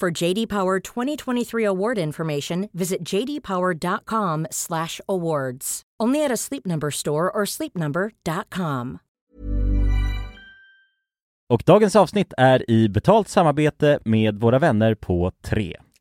For JD Power 2023 award information, visit jdpower.com/awards. Only at a Sleep Number store or sleepnumber.com. Och dagens avsnitt är i betalt samarbete med våra vänner på 3.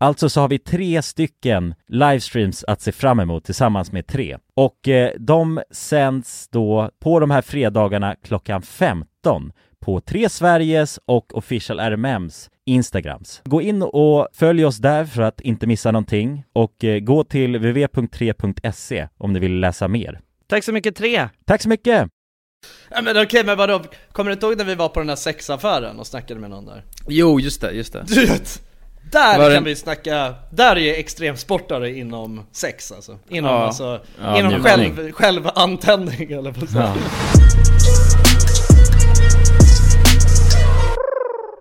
Alltså så har vi tre stycken livestreams att se fram emot tillsammans med tre. Och eh, de sänds då på de här fredagarna klockan 15 på Tre Sveriges och Official RMMs Instagrams. Gå in och följ oss där för att inte missa någonting och eh, gå till www.3.se E om ni vill läsa mer. Tack så mycket, tre! Tack så mycket! Ja, men okej men vadå, kommer du inte ihåg när vi var på den här sexaffären och snackade med någon där? Jo, just det, just det. Du vet! Där Var kan den- vi snacka, där är ju extremsportare inom sex alltså. Inom, Ja. alltså, Ja, inom njutning. själv, självantändning eller vad ja.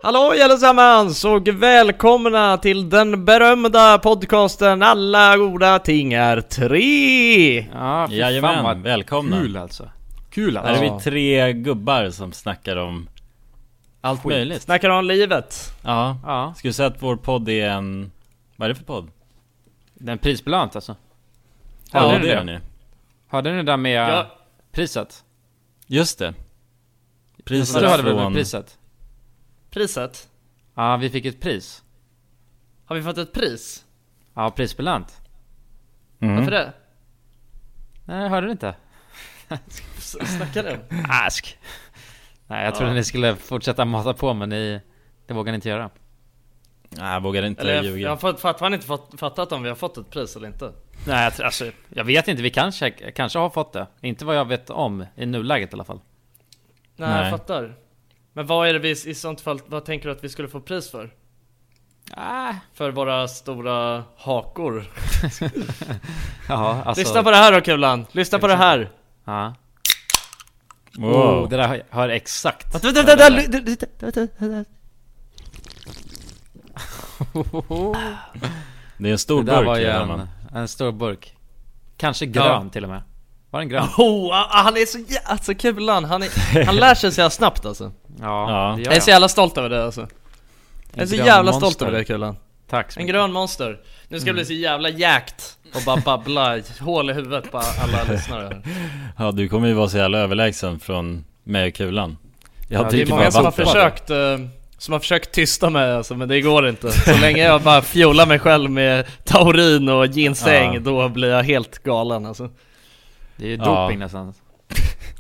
Hallå allesammans och välkomna till den berömda podcasten Alla goda ting är tre! Ja, fy fan vad Jajamän, välkomna! kul alltså. Kul Här alltså. är vi tre gubbar som snackar om allt möjligt. Snackar om livet. Ja. Ja, Skulle säga att vår podd är en... Vad är det för podd? den prisbelönt alltså. Ja, Hörde ni det det? är ni. Hörde ni det där med Ja. priset? Just det. Så du Priset hörde väl med från... priset? Priset? Ja, vi fick ett pris. Har vi fått ett pris? Ja, prisbelönt. Mm. Varför det? Nej, jag hörde du inte? S- Snackar du? Ask. Nej, jag trodde ni skulle fortsätta mata på men ni, det vågar ni inte göra. Nej, jag vågar inte Eller jag, ljuga. jag har fått- fortfarande inte fått, fattat om vi har fått ett pris eller inte. Nej, jag, tr- alltså, jag vet inte. Vi kanske, kanske har fått det. Inte vad jag vet om i nuläget i alla fall. Nej, Nej. jag fattar. Men vad är det vi i sånt fall, vad tänker du att vi skulle få pris för? Ah, För våra stora hakor. ja, alltså, Lyssna på det här då Kulan! Lyssna på det här! Ja. Wow. Oh, det där hör- hör exakt. Vänta, vänta, vänta, vänta, vänta, vänta, vänta, vänta. Det är en stor Det där var burk ju ja, en, man. en stor burk. Kanske grön till och med. Var den grön? Oh, ah, han är så jä- alltså Kulan, han, är, han lär sig så jävla snabbt alltså. Ja, Ja. det gör Jag är så jävla stolt över det alltså. Jag är så grön jävla monster. stolt över det Kulan. Tack Mm. så En mycket. grön monster. Nu ska det bli så jävla jäkt och bara babbla i- hål i huvudet på alla lyssnare. här. Ja, du kommer ju vara så jävla överlägsen från mig och kulan. Jag Ja, ja, det är Det är dyker många bara som har vatten. försökt, eh, som har försökt tysta mig alltså, men det går inte. Så länge jag bara fjolar mig själv med taurin och ginseng, Ja. då blir jag helt galen alltså. Det är ju Ja. doping nästan.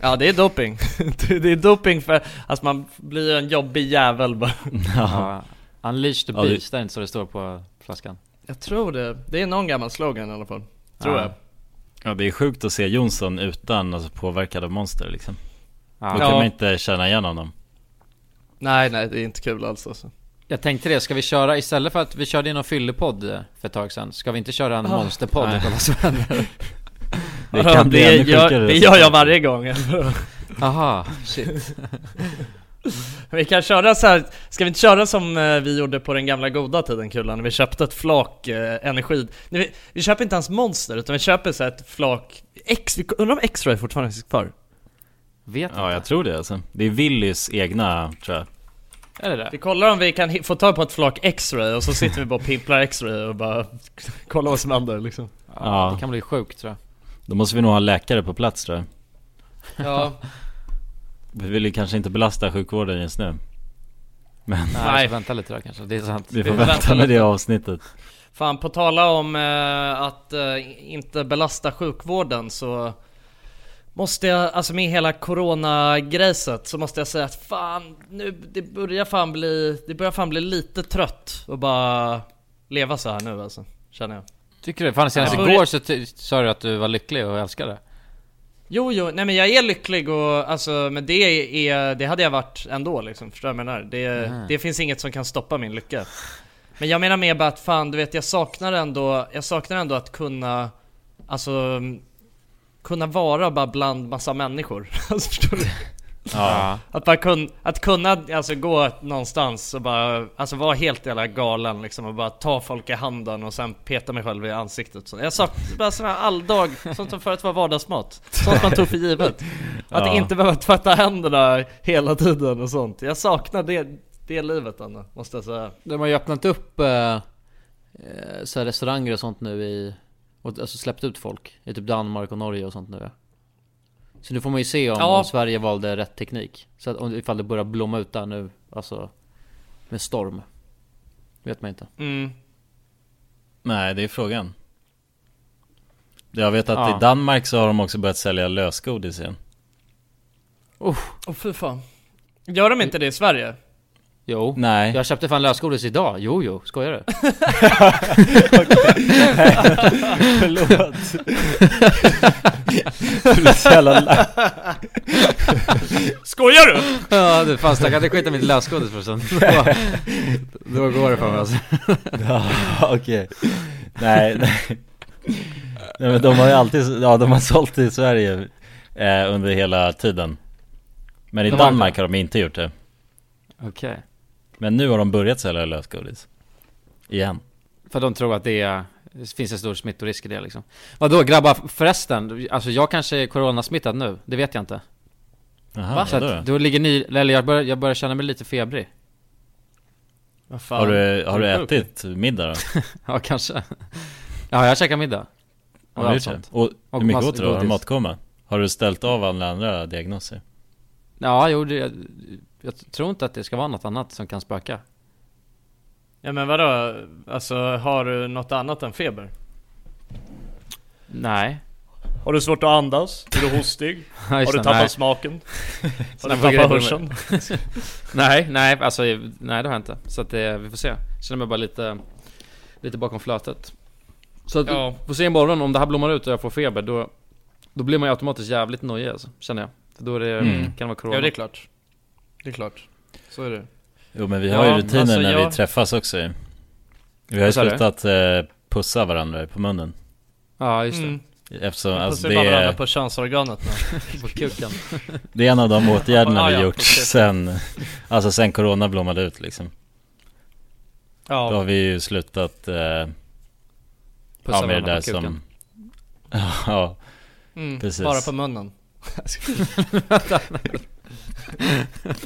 Ja det är doping. Det- det är doping för, alltså man blir ju en jobbig jävel bara. Ja. Unleash the Ja, det- beast, det är inte så det står på flaskan. Jag tror det, det är någon gammal slogan i alla fall. Tror Ja. jag. Ja, det är sjukt att se Jonsson utan, alltså påverkad av monster liksom. Då Ja. kan Ja. man inte känna igen honom. Nej nej, det är inte kul alls alltså. Jag tänkte det, ska vi köra istället för att vi körde in någon fyllepodd eh, för ett tag sedan Ska vi inte köra en Ah. monsterpodd och kolla vad som händer? Det kan bli det, ännu gör, sjukare det gör jag varje gång. Aha, Vi kan köra så här. ska vi inte köra som eh, vi gjorde på den gamla goda tiden Kulan? När vi köpte ett flak eh, energi... Nej, vi, vi köper inte ens monster utan vi köper så här ett flak... X, vi, undrar om X-Ray fortfarande finns kvar? vet Ja, jag inte tror det alltså. Det är Willys egna, tror jag. Är det det? Vi kollar om vi kan hi- få tag på ett flak X-Ray och så sitter vi bara och pimplar X-Ray och bara kollar vad som händer liksom. Ja, det kan bli sjukt tror jag Då måste vi nog ha en läkare på plats tror jag. Ja, Vi vill ju kanske inte belasta sjukvården just nu. Nej, jag får vänta lite då kanske, det är sant Vi får Det- vänta med det avsnittet. fan på tala om eh, att eh, inte belasta sjukvården så Måste jag, alltså med hela coronagrejset så måste jag säga att fan nu, det börjar fan bli, det börjar fan bli lite trött och bara leva så här nu alltså, känner jag. Tycker du? Fan senast Ja. igår så ty- sa du att du var lycklig och älskade det Jo, jo, nej men jag är lycklig och alltså, men det är, det hade jag varit ändå liksom, förstår du vad jag menar? Det, det finns inget som kan stoppa min lycka. Men jag menar mer bara att fan, du vet jag saknar ändå, jag saknar ändå att kunna, alltså, kunna vara bara bland massa människor. Alltså förstår du? Ja Att bara kun, att kunna alltså, gå någonstans och bara, alltså vara helt jävla galen liksom och bara ta folk i handen och sen peta mig själv i ansiktet så. Jag sa bara sådana här alldag, sånt som förut var vardagsmat. Sånt man tog för givet. Att Ja. inte behöva tvätta händerna hela tiden och sånt. Jag saknar det, det livet Anna, måste jag säga. De har ju öppnat upp eh, eh, så här restauranger och sånt nu i och alltså släppt ut folk i typ Danmark och Norge och sånt nu ja. Så nu får man ju se om, Ja. om Sverige valde rätt teknik Så att om, ifall det börjar blomma ut där nu Alltså Med storm Vet man inte Mm. Nej, det är frågan. Jag vet att Ja. i Danmark så har de också börjat sälja lösgodis igen. Åh fy fan. Gör de inte det i Sverige? Jo Nej. Jag köpte fan lösgodis idag, jo jo, skojar du? Förlåt. Du är så jävla lack. Skojar du? ja du fan stackarn, jag skiter mitt lösgodis för sen då, då går det för mig alltså Ja, okej. Nej, nej. nej. men de har ju alltid, ja de har sålt i Sverige eh, under hela tiden. Men i De har- Danmark har de inte gjort det. Okej Men nu har de börjat sälja lösgodis. Igen. För de tror att det, är, det finns en stor smittorisk i det liksom. Vadå grabbar, förresten, alltså jag kanske är coronasmittad nu, det vet jag inte. Jaha, Så vadå då? att, då ligger ni, eller jag börjar, jag börjar känna mig lite febrig. Vad fan. Har du, har du är sjuk. ätit middag då? Ja kanske. Ja jag käkar middag. Har du allt gjort det? sånt. Och Och hur mycket massa åt du då? Har du godis. matkomma? Har du ställt av alla andra diagnoser? Ja, jo, det, jag, jag tror inte att det ska vara något annat som kan spöka. Ja men vadå? Alltså har du något annat än feber? Nej. Har du svårt att andas? Är du hostig? Ja, just Har du det, tappat nej. smaken? Har Såna du grejer tappat kommer- hörseln? Nej, nej, alltså nej det har jag inte. Så att det, vi får se. Jag känner mig bara lite, lite bakom flötet. Så att, Ja. får se imorgon om det här blommar ut och jag får feber då, då blir man ju automatiskt jävligt nojig alltså, känner jag. För då är det, Mm. kan det vara corona. Ja det är klart. Det är klart. Så är det. Jo men vi har Ja, ju rutiner alltså, när jag- vi träffas också ju. Vi har ju Vad sa du? slutat eh, pussa varandra på munnen. Ja, just det. Mm. Eftersom Alltså, alltså, vi det, bara varandra är, på könsorganet nu. På kuken. det är en av de åtgärderna Ja, vi ja, gjort precis. sen, alltså sen corona blommade ut liksom. Då har Ja. vi ju slutat eh, ja, Pussa med det varandra där på kuken. som... Ja, Mm. precis. Bara på munnen.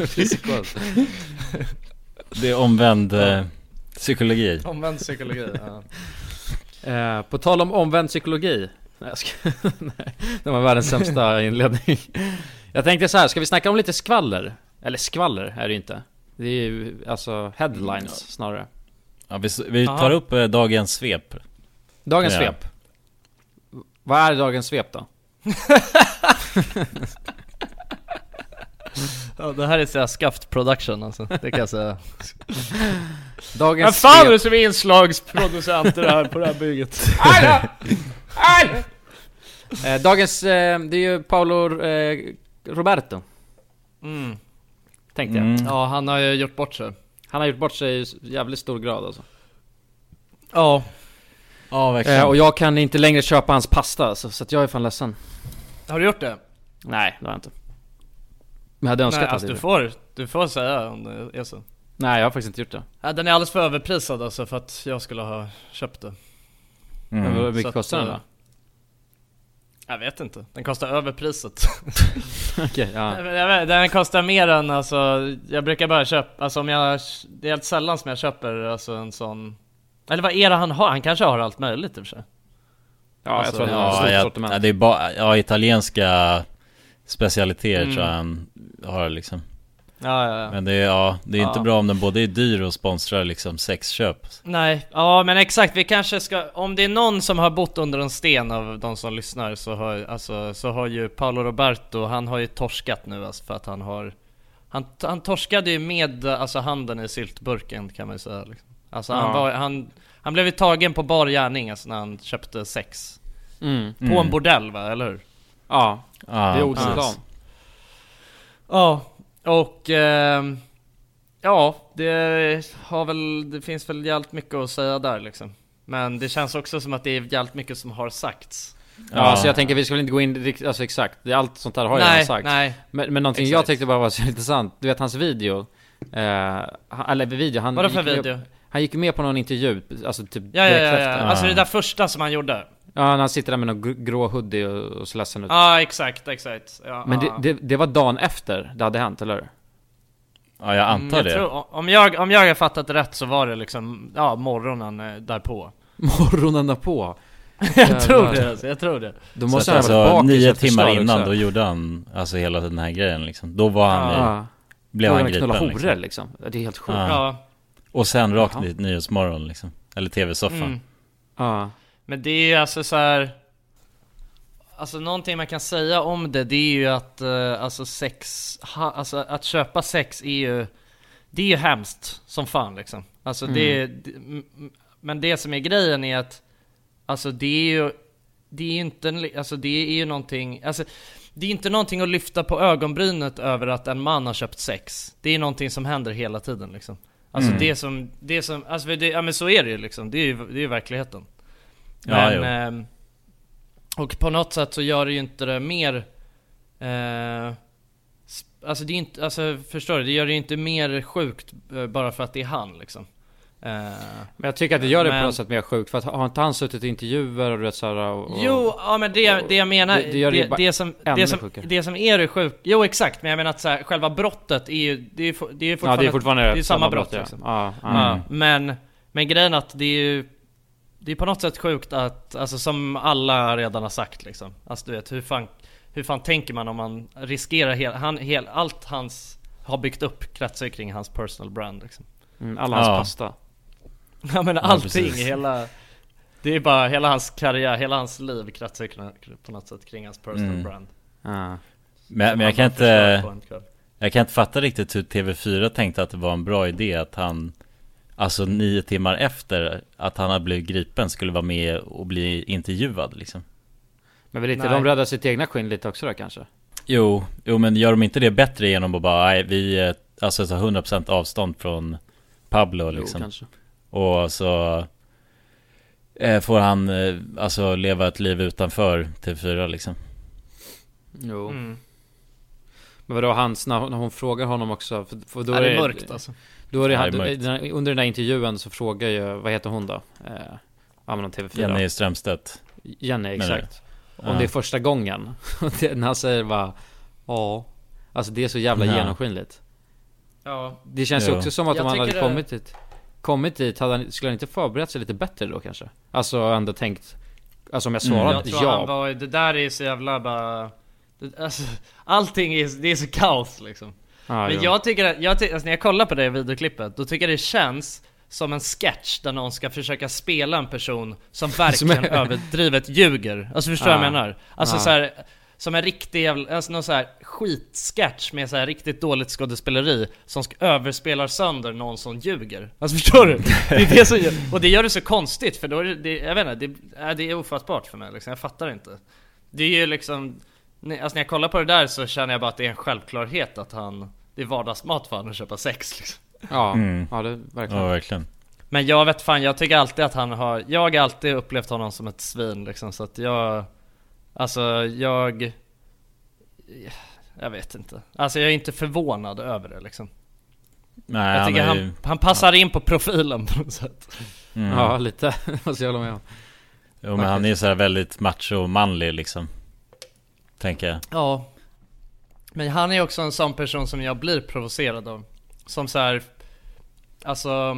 Psykos. det är omvänd eh, psykologi. Omvänd psykologi. Ja. Eh, på tal om omvänd psykologi. Nej, jag ska, nej, det var världens sämsta inledning. Jag tänkte så här, ska vi snacka om lite skvaller? Eller skvaller är det ju inte. Det är ju alltså Mm, headlines snarare. Ja, vi, s- vi tar Ja. upp eh, dagens svep. Dagens Ja. svep. Vad är dagens svep då? ja det här är såhär skaft production alltså. Det kan jag säga. Dagens Vem fan är det svep. som är inslagsproducenter här på det här bygget? Eh, dagens, eh, det är ju Paolo eh, Roberto. Mm. Tänkte jag. Mm. Ja han har ju gjort bort sig. Han har gjort bort sig i jävligt stor grad alltså. Ja. Ja, Eh, och verkligen. jag kan inte längre köpa hans pasta alltså, så att jag är fan ledsen. Har du gjort det? Nej, det har jag inte. Men jag hade önskat Nej, att alltså, jag du gjorde får, du får säga om det är så. det. Nej, jag har faktiskt inte gjort det. Ja, den är alldeles för överprisad alltså för att jag skulle ha köpt det. Men Mm. Hur Så att, mycket kostar den eh, då? Jag vet inte, den kostar överpriset. Okej, ja. Nej, men jag vet, den kostar mer än alltså, jag brukar bara köpa, alltså om jag, det är helt sällan som jag köper alltså en sån eller vad är det han har? Han kanske har allt möjligt i och för sig. Ja, jag tror att det Ja, är ett stort jag, ja, sortiment. det är bara, ja, italienska specialiteter Mm. tror jag han har liksom. Ja, ja, ja. Men det är, ja, det är inte Ja. bra om den både är dyr och sponsrar liksom sexköp. Nej, ja men exakt. Vi kanske ska, om det är någon som har bott under en sten av de som lyssnar så har, alltså, så har ju Paolo Roberto, han har ju torskat nu alltså, för att han har han, han torskade ju med alltså, handen i syltburken kan man ju säga. Liksom. Alltså, han, Ja. var, han, han blev ju tagen på bar gärning alltså, när han köpte sex. Mm. På en bordell va, eller hur? Ja, det Ja, är Odenplan. precis. Ja, och ehm, ja, det har väl, det finns väl jävligt mycket att säga där liksom. Men det känns också som att det är jävligt mycket som har sagts. Ja, Ja. så jag tänker vi ska väl inte gå in rikt- alltså, exakt. Det är Allt sånt där har jag nej, redan sagt. nej. Men, men någonting Exakt. jag tyckte bara var så intressant. Du vet hans video. Eh, han, eller video. Han Vadå för gick video? Med, han gick med på någon intervju. Alltså typ Ja, ja, direkt ja, ja. efter. Alltså det där första som han gjorde. Ja, när han sitter där med någon gr- grå hoodie och, och ser ledsen ut. Ja, ah, exakt, exakt. Ja, Men ja. det, det, det var dagen efter det hade hänt, eller hur? Ja, jag Mm, antar jag det. Tror, om, jag, om jag har fattat det rätt så var det liksom, ja, morgonen eh, därpå. Morgonen därpå. jag tror det alltså, jag tror det. Då Så att måste han ha varit alltså bakis nio efter timmar start innan, också. då gjorde han alltså hela den här grejen liksom. Då var han, i, Ja. blev Då han knulla gripen horor liksom. liksom. Det är helt sjukt. Ja. Ja. Ja. Och sen rakt Jaha. dit Nyhetsmorgon liksom. Eller TV-soffan. Mm. Men det är ju alltså så här. Alltså någonting man kan säga om det, det är ju att eh, alltså sex, ha, alltså att köpa sex är ju, det är ju hemskt som fan liksom. Alltså det, är- det- m- m- men det som är grejen är att, alltså det är ju, det är ju inte, en li- alltså det är ju någonting, alltså det är inte någonting att lyfta på ögonbrynet över att en man har köpt sex. Det är någonting som händer hela tiden liksom. Alltså Mm. det som, det som, alltså det, ja men så är det ju liksom. Det är ju, det är ju verkligheten. Ja, Men, jo. ehm, och på något sätt så gör det ju inte det mer... Eh, sp- alltså det är inte, alltså förstår du? Det gör det ju inte mer sjukt eh, bara för att det är han liksom. Eh, Men jag tycker att det gör det Men- på något sätt mer sjukt. För att har inte han suttit i intervjuer och du vet såhär och... och- Jo, ja men det, det jag menar, Det- det, det gör det ju det, bara som, ännu det, som, sjukare. det som är det sjuka, jo exakt, men jag menar att så här, själva brottet är ju, det är ju for- det är ju Ja, fortfarande, det är fortfarande det är samma brott, liksom. ja. mm. Ja, Ja, men, men grejen är att det är ju, det är på något sätt sjukt att, alltså som alla redan har sagt liksom, alltså du vet hur fan, hur fan tänker man om man riskerar hel, han, hel, allt hans har byggt upp kretsar ju kring hans personal brand liksom. Mm, alla hans Ja. pasta. Ja men allting, precis. hela Det är bara hela hans karriär, hela hans liv kretsar kring- på något sätt kring hans personal Mm. brand Ah. Men, men Han jag kan bara försvarar inte på en kväll. Jag kan inte fatta riktigt hur TV4 tänkte att det var en bra idé att han Alltså nio timmar efter att han hade blivit gripen skulle vara med och bli intervjuad liksom Men vill inte Nej. de rädda sitt egna skinn lite också då kanske? Jo, jo men gör de inte det bättre genom att bara, nej vi eh, Alltså ta 100% avstånd från Pablo liksom kanske. Och så eh, Får han eh, alltså leva ett liv utanför TV4 liksom Jo. Mm. Men vadå hans, när hon, när hon frågar honom också? För, för då Ja, det är mörkt alltså Då är det, Ja, det är han- mörkt. den- under den där intervjun så frågar ju, vad heter hon då? Eh, ja men om TV4. Jenny Strömstedt Jenny exakt. Om Ja. det är första gången. Och det- när han säger bara, ja. Alltså det är så jävla Ja. genomskinligt. Ja, Det känns ju Jo. också som att Jag om han hade tycker det- kommit dit, kommit dit hade han, skulle han inte förberett sig lite bättre då kanske? Alltså ändå tänkt, alltså om jag Mm. svarar jag tror ja. han var, det där är så jävla bara det- Alltså, allting är, det är så kaos liksom Ja, Men jo. jag tycker att, jag ty- alltså, när jag kollar på det videoklippet, då tycker jag det känns som en sketch där någon ska försöka spela en person som verkligen Som är- överdrivet ljuger. Alltså förstår du vad jag Ah. menar? Alltså Ah. så här, som en riktig jävla, alltså någon så här skitsketch med så här riktigt dåligt skådespeleri som ska överspelar sönder någon som ljuger. Alltså förstår du? Det är det som gör, och det gör det så konstigt för då är det, det jag vet inte, det, äh, det är ofattbart för mig liksom, jag fattar inte. Det är ju liksom, nej, alltså när jag kollar på det där så känner jag bara att det är en självklarhet att han, det är vardagsmat för honom att köpa sex liksom. Ja, Mm. ja det Ja verkligen. verkligen Men jag vet fan, jag tycker alltid att han har, jag har alltid upplevt honom som ett svin liksom så att jag, alltså jag, jag vet inte. Alltså jag är inte förvånad över det liksom. Nej Jag han tycker är han, ju han passar in på profilen på något sätt. mm. Ja, lite. Måste jag hålla med om. Jo men han är ju såhär väldigt macho och manlig liksom Tänker jag Ja. Men han är också en sån person som jag blir provocerad av. Som så här, alltså,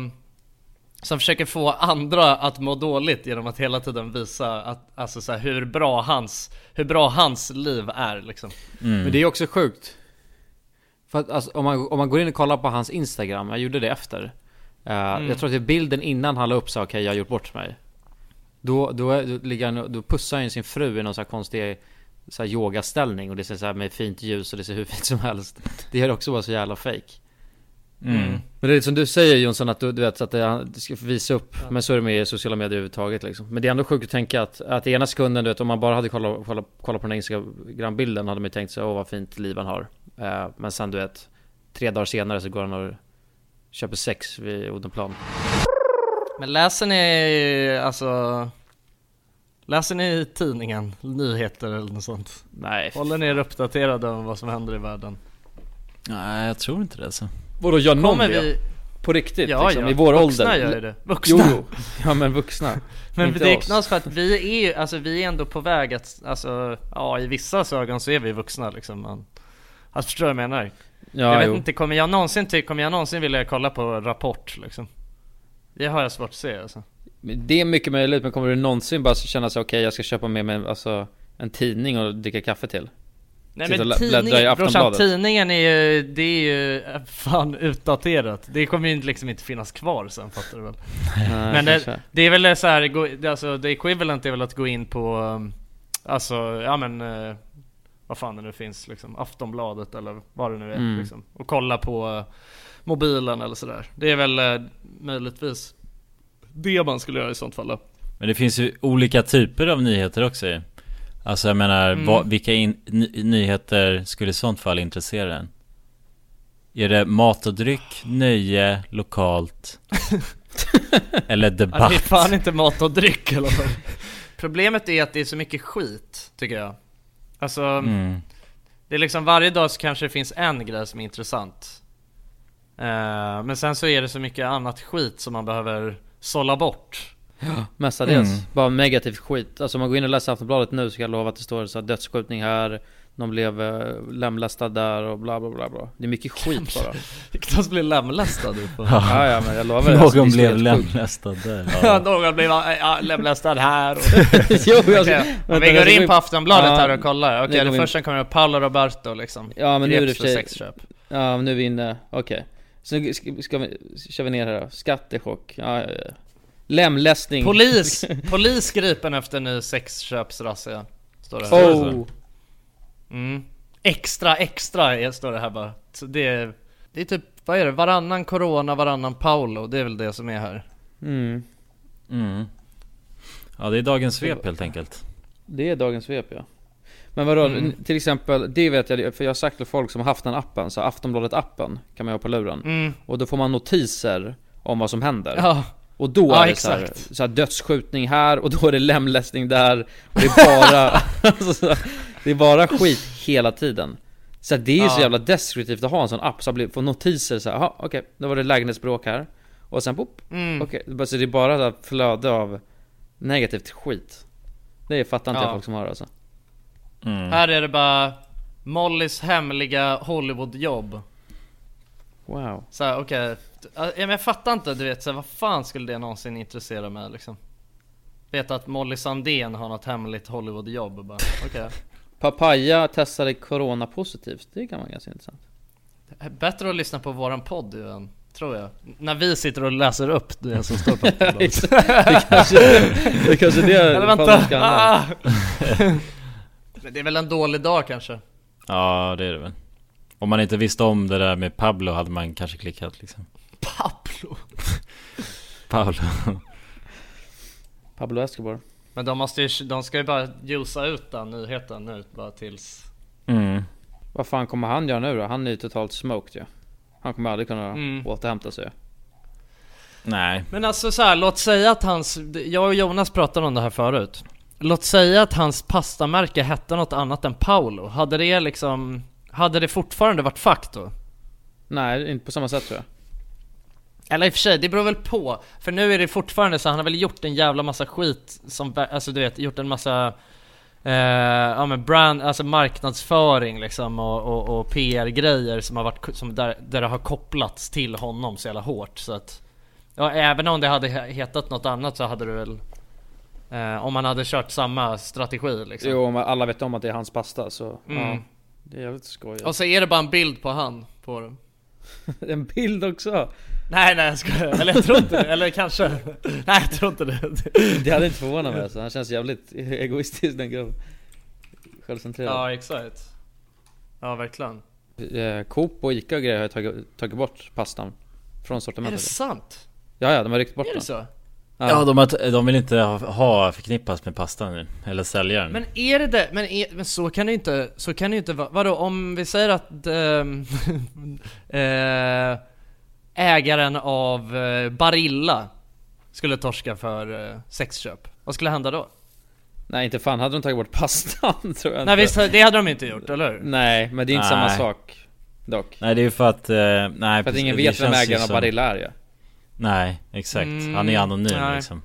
som försöker få andra att må dåligt genom att hela tiden visa att, alltså så här, hur bra hans, hur bra hans liv är liksom. Men det är också sjukt. För att alltså, om, man, om man går in och kollar på hans Instagram, jag gjorde det efter. Eh, Jag tror att det är bilden innan han la upp sa okej jag har gjort bort mig. Då, då, är- då, ligger han, och- då pussar han ju sin fru i någon så här konstig så här yogaställning och det ser så här med fint ljus och det ser hur fint som helst. Det är också bara så jävla fake. Mm. Men det är som du säger Jonsson att du, du vet så att det, han ska visa upp Men så är det med i sociala medier överhuvudtaget liksom. Men det är ändå sjukt att tänka att, att i ena sekunden du vet om man bara hade kollat, kollat, kollat på den här Instagram-bilden Hade man ju tänkt sig åh vad fint liv han har Eh, Men sen du vet Tre dagar senare så går han och köper sex vid Odenplan Men läser ni, alltså, läser ni tidningen, nyheter eller något sånt? Nej Håller ni er uppdaterade om vad som händer i världen? Nej jag tror inte det alltså Vadå gör någon Kommer det? vi? På riktigt Ja, liksom, ja. i vår Vuxna ålder? gör ju det. Vuxna. Jo, jo. ja men vuxna Men Inte det oss. räknas för att vi är ju, alltså vi är ändå på väg att, alltså, ja i vissa ögon så är vi vuxna liksom man. Alltså förstår du vad jag menar? Ja, jag vet jo. inte, kommer jag någonsin till, kommer jag någonsin vilja kolla på Rapport liksom? Det har jag svårt att se alltså. Men Det är mycket möjligt, men kommer du någonsin bara känna sig okej, jag ska köpa med mig alltså, en tidning och dricka kaffe till? Nej Sitta och men lä- bläddra i tidningen, brorsan, Aftonbladet. tidningen är ju, det är ju äh, fan utdaterat. Det kommer ju liksom inte finnas kvar sen fattar du väl? Nej, Men kanske. det, det är väl så här, gå- det- alltså the equivalent är väl att gå in på, um, alltså ja men eh, vad fan det nu finns liksom, Aftonbladet eller vad det nu är Mm. liksom. Och kolla på eh, mobilen eller sådär. Det är väl eh, möjligtvis det man skulle göra i sånt fall då. Men det finns ju olika typer av nyheter också ju. Alltså jag menar, Mm. vad, vilka in, ny, nyheter skulle i sånt fall intressera en? Är det mat och dryck, nöje, lokalt? eller Ja, debatt? det är fan inte mat och dryck i alla fall. Problemet är att det är så mycket skit, tycker jag. Alltså, Mm. det är liksom varje dag så kanske det finns en grej som är intressant. Eh, men sen så är det så mycket annat skit som man behöver sålla bort. Mestadels. Mm. Bara negativ skit. Alltså om man går in och läser Aftonbladet nu så kan jag lova att det står så här, dödsskjutning här, någon blev eh, lemlästad där och bla bla bla bla. Det är mycket skit bara. Knappt blir lemlästad du på. ja, ja, men jag lovar det. Alltså, det Någon är så blev helt sjukt. lemlästad där. Ja, Någon blir ja, lemlästad här och... jo, jag, Okej, Om Alltså, vänta, vi jag går ska in på Aftonbladet Ja, här och kollar. nu Okej, går det vi in. första kommer upp Paolo Roberto liksom. Ja men nu är det i och Greps för för sig- sexköp. Ja, men nu är vi inne. Okej. Så ska, ska vi, kör vi ner här då. Skattechock. Ja, ja, ja. Lemlästning. Polis, polis gripen efter ny sexköpsrazzia. Står det här. Oh. Mm. Extra, extra är- står det här bara. Så det, är, det är typ, vad är det? Varannan corona, varannan Paolo. Det är väl det som är här. Mm. Mm. Ja, det är dagens svep helt enkelt. Det är dagens svep ja. Men vadå, Mm. n- till exempel, det vet jag, för jag har sagt till folk som har haft den appen, så Aftonbladet appen kan man ha på luren. Mm. Och då får man notiser om vad som händer. Ja. Och då Ja, är det så här, exakt. så här dödsskjutning här och då är det lemlästning där. Och det är bara, alltså, så här, det är bara skit hela tiden. Så här, det är ju så Ja. jävla destruktivt att ha en sån app så att få notiser så här, jaha okej, då var det lägenhetsbråk här. Och sen pop, Mm. okej. Så det är bara så här flöde av negativt skit. Det fattar inte Ja. jag folk som har alltså. Här är det bara Mollys hemliga Hollywoodjobb. Wow. Så här, okej. Ja, men jag fattar inte, du vet så här, vad fan skulle det någonsin intressera mig liksom? Veta att Molly Sandén har något hemligt Hollywoodjobb och bara, okej. Papaya testade corona positivt. Det kan vara ganska intressant. Bättre att lyssna på våran podd ju än, tror jag. När vi sitter och läser upp det som står på podden. det kanske det kanske är det Eller podden vänta! ska handla om. Ah! Men det är väl en dålig dag kanske? Ja, det är det väl. Om man inte visste om det där med Pablo hade man kanske klickat liksom. Pablo! Paolo. Pablo Escobar. Men de måste ju, de ska ju bara juica ut den nyheten nu bara tills... Mm. Vad fan kommer han göra nu då? Han är ju totalt smoked ju. Han kommer aldrig kunna Mm. återhämta sig. Nej. Men alltså så här, låt säga att hans, jag och Jonas pratade om det här förut. Låt säga att hans pastamärke hette något annat än Paolo. Hade det liksom, hade det fortfarande varit fack då? Nej, inte på samma sätt tror jag. Eller i och för sig, det beror väl på. För nu är det fortfarande så, han har väl gjort en jävla massa skit som, alltså du vet, gjort en massa eh, ja men brand, alltså marknadsföring liksom och, och, och PR-grejer som har varit, som där, där det har kopplats till honom så jävla hårt så att Ja även om det hade he- hetat något annat så hade det väl eh, Om man hade kört samma strategi liksom Jo, men alla vet om att det är hans pasta så... Mm. Ja, det är jävligt skoj. Och så är det bara en bild på han på den en bild också! Nej nej jag skojar, eller jag tror inte det, eller kanske Nej jag tror inte det Det hade inte förvånat mig alltså. Han känns jävligt egoistisk den gubben. Självcentrerad. Ja, exakt. Ja, verkligen. Eh, Coop och Ica och grejer har ju tagit, tagit bort pastan. Från Är det sortimentet. sant? Ja, ja, de har ryckt bort Är den. det så? Ja. Ja, de, har, de vill inte ha, ha förknippas med pastan nu. Eller säljaren. Men är det det? Men, är, men så kan det ju inte, så kan det ju inte vara. Vadå, om vi säger att ehm, eh, ägaren av eh, Barilla skulle torska för eh, sexköp. Vad skulle hända då? Nej, inte fan hade de tagit bort pastan tror jag Nej inte. visst, det hade de inte gjort, eller hur? Nej, men det är inte samma Nej. sak. Dock. Nej, det är ju för att... eh, nej, För att precis, ingen det vet vem känns ju ägaren av som- Barilla är ju. Nej, exakt. Mm, Han är anonym nej. liksom.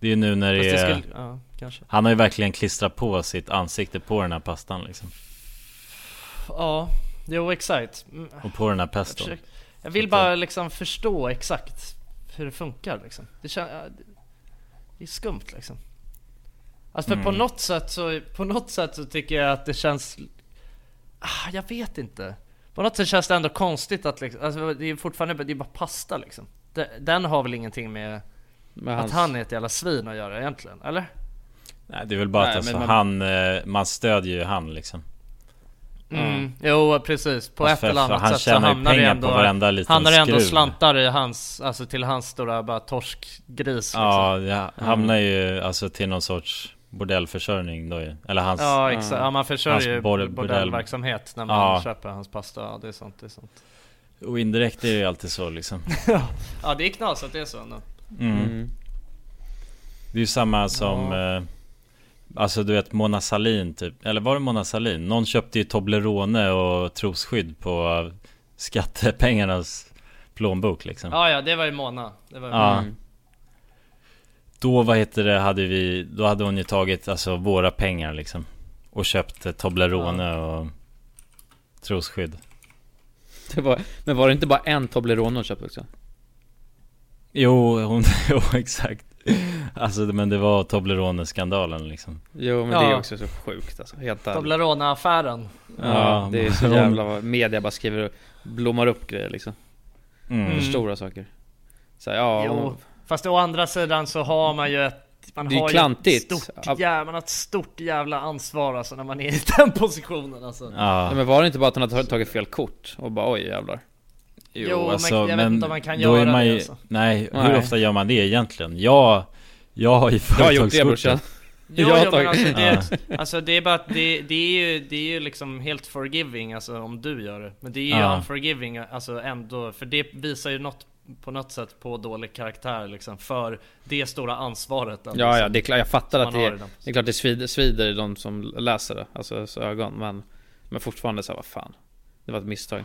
Det är ju nu när det, Fast är... det skulle, ja, kanske. Han har ju verkligen klistrat på sitt ansikte på den här pastan liksom. Ja, jo exakt. Mm, Och på den här Jag, peston. försöker, jag vill bara liksom förstå exakt hur det funkar liksom. Det, kän, ja, det- det är skumt liksom. Alltså för på något sätt så, på något sätt så tycker jag att det känns... Ah, jag vet inte. På något sätt känns det ändå konstigt att liksom, alltså det är fortfarande det är bara pasta liksom. De- Den har väl ingenting med Med att han är ett jävla svin att göra egentligen, eller? Nej, det är väl bara Nej, att alltså, men man- han... eh, man stödjer ju han liksom. Mm. Jo precis, på Alltså, ett för- eller för annat han sätt så tjänar ju hamnar det pengar ändå, på varenda liten hamnar det ändå skruv. slantar i hans, alltså till hans stora bara torskgris liksom. Ja, det Mm. hamnar ju alltså till någon sorts bordellförsörjning då ju. Eller hans... Ja exakt, ja, man Hans försörjer ju bordell- bordellverksamhet när man Ja. köper hans pasta, ja det är sant, det är sant Och indirekt är det ju alltid så liksom. Ja det är knas att det är så ändå. Mm. Det är ju samma som eh, Alltså du vet Mona Sahlin typ Eller var det Mona Sahlin? Någon köpte ju Toblerone och trosskydd på Skattepengarnas plånbok liksom Ja ja, det var ju Mona, det var ju Ja. Mona. Då vad heter det hade vi Då hade hon ju tagit alltså våra pengar liksom Och köpt eh, Toblerone och Trosskydd Det var, men var det inte bara en Toblerone hon köpte också? Jo, hon, jo exakt Alltså men det var Toblerone-skandalen liksom Jo men det Ja. är också så sjukt alltså, helt ärligt. Toblerone-affären. Ja, det är så hon- jävla vad media bara skriver och blommar upp grejer liksom. mm. För stora saker. Så här, ja, Jo. hon- Fast å andra sidan så har man ju ett man Det är ju har klantigt. Ju ett stort, jävla, man har ett stort jävla ansvar alltså när man är i den positionen alltså. Ja. Nej, men var det inte bara att han hade tagit fel kort och bara oj jävlar? Jo, men alltså, jag vet inte om man kan Alltså, då är göra man det, ju, alltså. Nej, hur Nej. ofta gör man det egentligen? Jag, jag har ju Jag har gjort det brorsan. företagskortet. Jo, Jag har jo men alltså tagit- det, alltså det är bara att det, det, är ju, det är ju liksom helt forgiving alltså om du gör det. Men det är ju Ja. unforgiving alltså ändå, för det visar ju något på något sätt på dålig karaktär liksom för det stora ansvaret. Alltså. Ja, ja, det är klart, jag fattar Som att man det har i är, den. det är klart det svider, svider i de som läser det, alltså så ögon, men, men fortfarande så här, vad fan. Det var ett misstag.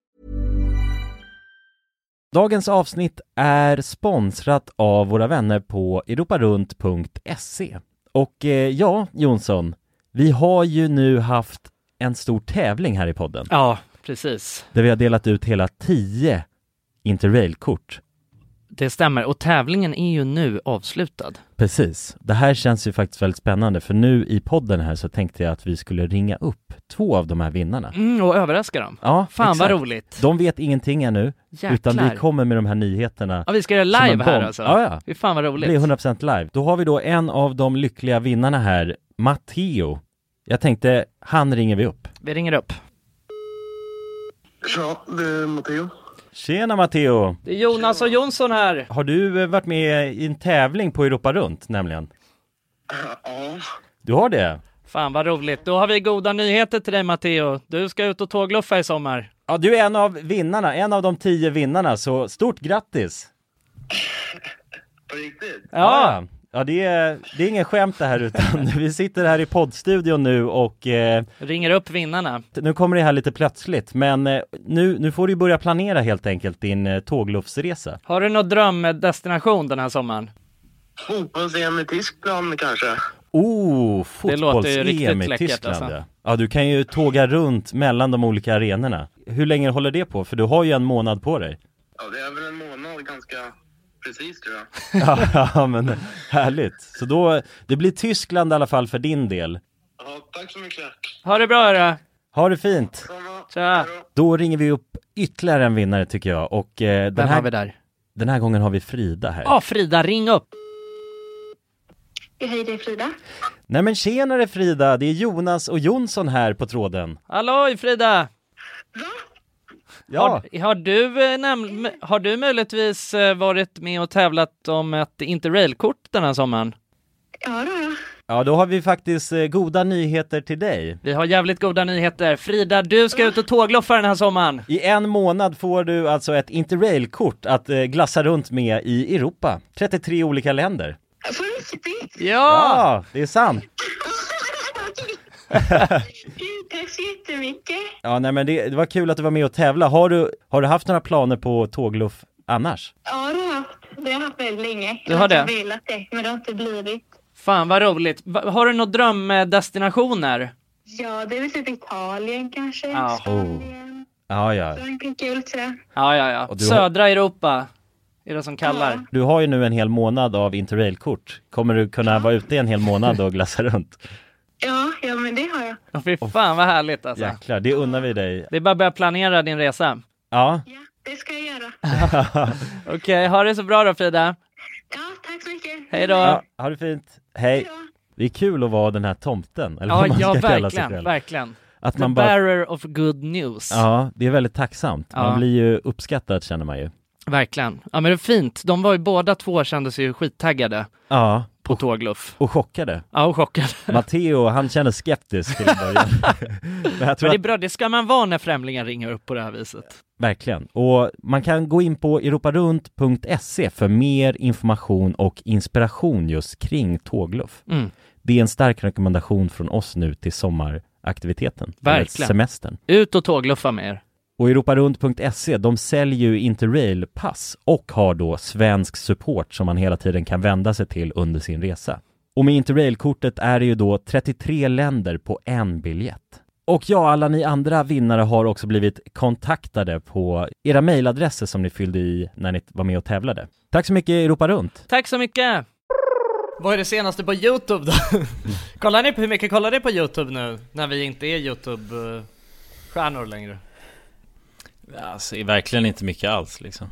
Dagens avsnitt är sponsrat av våra vänner på europarunt.se. Och eh, ja, Jonsson, vi har ju nu haft en stor tävling här i podden Ja, precis. där vi har delat ut hela 10 Interrail-kort. Det stämmer. Och tävlingen är ju nu avslutad. Precis. Det här känns ju faktiskt väldigt spännande för nu i podden här så tänkte jag att vi skulle ringa upp två av de här vinnarna. Mm, och överraska dem. Ja, Fan vad exakt. roligt. De vet ingenting ännu, Jäklar. utan vi kommer med de här nyheterna Ja, vi ska göra som en live här bomb. alltså. Ja, ja. Fy fan vad roligt. blir 100% live. Då har vi då en av de lyckliga vinnarna här, Matteo. Jag tänkte, han ringer vi upp. Vi ringer upp. Ja, det är Matteo. Tjena Matteo! Det är Jonas och Jonsson här. Har du eh, varit med i en tävling på Europa runt nämligen? Ja, Du har det? Fan vad roligt. Då har vi goda nyheter till dig Matteo. Du ska ut och tågluffa i sommar. Ja, du är en av vinnarna, en av de tio vinnarna, så stort grattis! på riktigt? Ja! Ja, det är, det är ingen skämt det här utan vi sitter här i poddstudion nu och eh, Ringer upp vinnarna. nu kommer det här lite plötsligt men eh, nu, nu får du ju börja planera helt enkelt din eh, tågluffsresa. Har du någon drömdestination den här sommaren? Fotbolls-EM i Tyskland kanske? Oh, Det låter ju fotbolls-EM riktigt i läckert, Tyskland alltså. ja. ja, du kan ju tåga runt mellan de olika arenorna. Hur länge håller det på? För du har ju en månad på dig. Ja, det är väl en månad ganska precis tror jag. ja, men härligt. Så då, det blir Tyskland i alla fall för din del. Ja, tack så mycket. Ha det bra hörru. Ha det fint! Samma. Tja. Då ringer vi upp ytterligare en vinnare tycker jag och eh, den, Vem har vi här, där? den här gången har vi Frida här. Ja, Frida, ring upp. Hej, det är Frida. Nej men tjenare Frida, det är Jonas och Jonsson här på tråden. Halloj Frida! Ja, Har, har, du, eh, näm- m- har du möjligtvis eh, varit med och tävlat om ett interrailkort den här sommaren? ja då har vi faktiskt eh, goda nyheter till dig. Vi har jävligt goda nyheter. Frida, du ska ut och tågloffa den här sommaren. I en månad får du alltså ett interrailkort att eh, glassa runt med i Europa. 33 olika länder. På riktigt? Ja! Ja, det är sant. Tack så jättemycket. Ja, nej men det, det var kul att du var med och tävla. Har du, har du haft några planer på tågluff annars? Ja, det har jag haft. Det har jag haft väldigt länge. Du har det? velat det, men det har inte blivit. Fan vad roligt. Va- Har du några drömdestinationer? Ja, det är väl typ Italien kanske. Ja. Ja, ja. Frankrike kul tror jag. Ja, ja, ja. Och du har- Södra Europa är det som kallar. Du har ju nu en hel månad av interrailkort. Kommer du kunna vara ute en hel månad och glassa runt? Ja, ja men det har jag. Ja, fy fan vad härligt alltså. Jäklar, det unnar vi dig. Det är bara att börja planera din resa. Ja. Det ska jag göra. Okej, ha det så bra då Frida. Tack så mycket. Hej då. ja ha det fint. Hej. Det är kul att vara den här tomten, eller Ja, vad man ja ska kalla sig verkligen, själv. verkligen. Att The man bara- bearer of good news. Ja, det är väldigt tacksamt. Man Ja. blir ju uppskattad känner man ju. Verkligen. Ja men det är fint. De var ju båda två kände sig ju skittaggade. Ja. På tågluff. Och chockade. Ja, och chockad. Matteo, han känner skeptisk till en början. Men jag tror Men det är att, bra, det ska man vara när främlingar ringer upp på det här viset. verkligen. Och man kan gå in på europarunt.se för mer information och inspiration just kring tågluff. Mm. Det är en stark rekommendation från oss nu till sommaraktiviteten. eller Verkligen. Semestern. Ut och tågluffa med er. Och europarunt.se, E, de säljer ju Interrail-pass och har då svensk support som man hela tiden kan vända sig till under sin resa. Och med Interrail-kortet är det ju då 33 länder på en biljett. Och ja, alla ni andra vinnare har också blivit kontaktade på era mejladresser som ni fyllde i när ni var med och tävlade. Tack så mycket Europa Runt! Tack så mycket! Vad är det senaste på Youtube då? kollar ni på, hur mycket kollar ni på Youtube nu? När vi inte är Youtube-stjärnor längre? Alltså verkligen inte mycket alls liksom.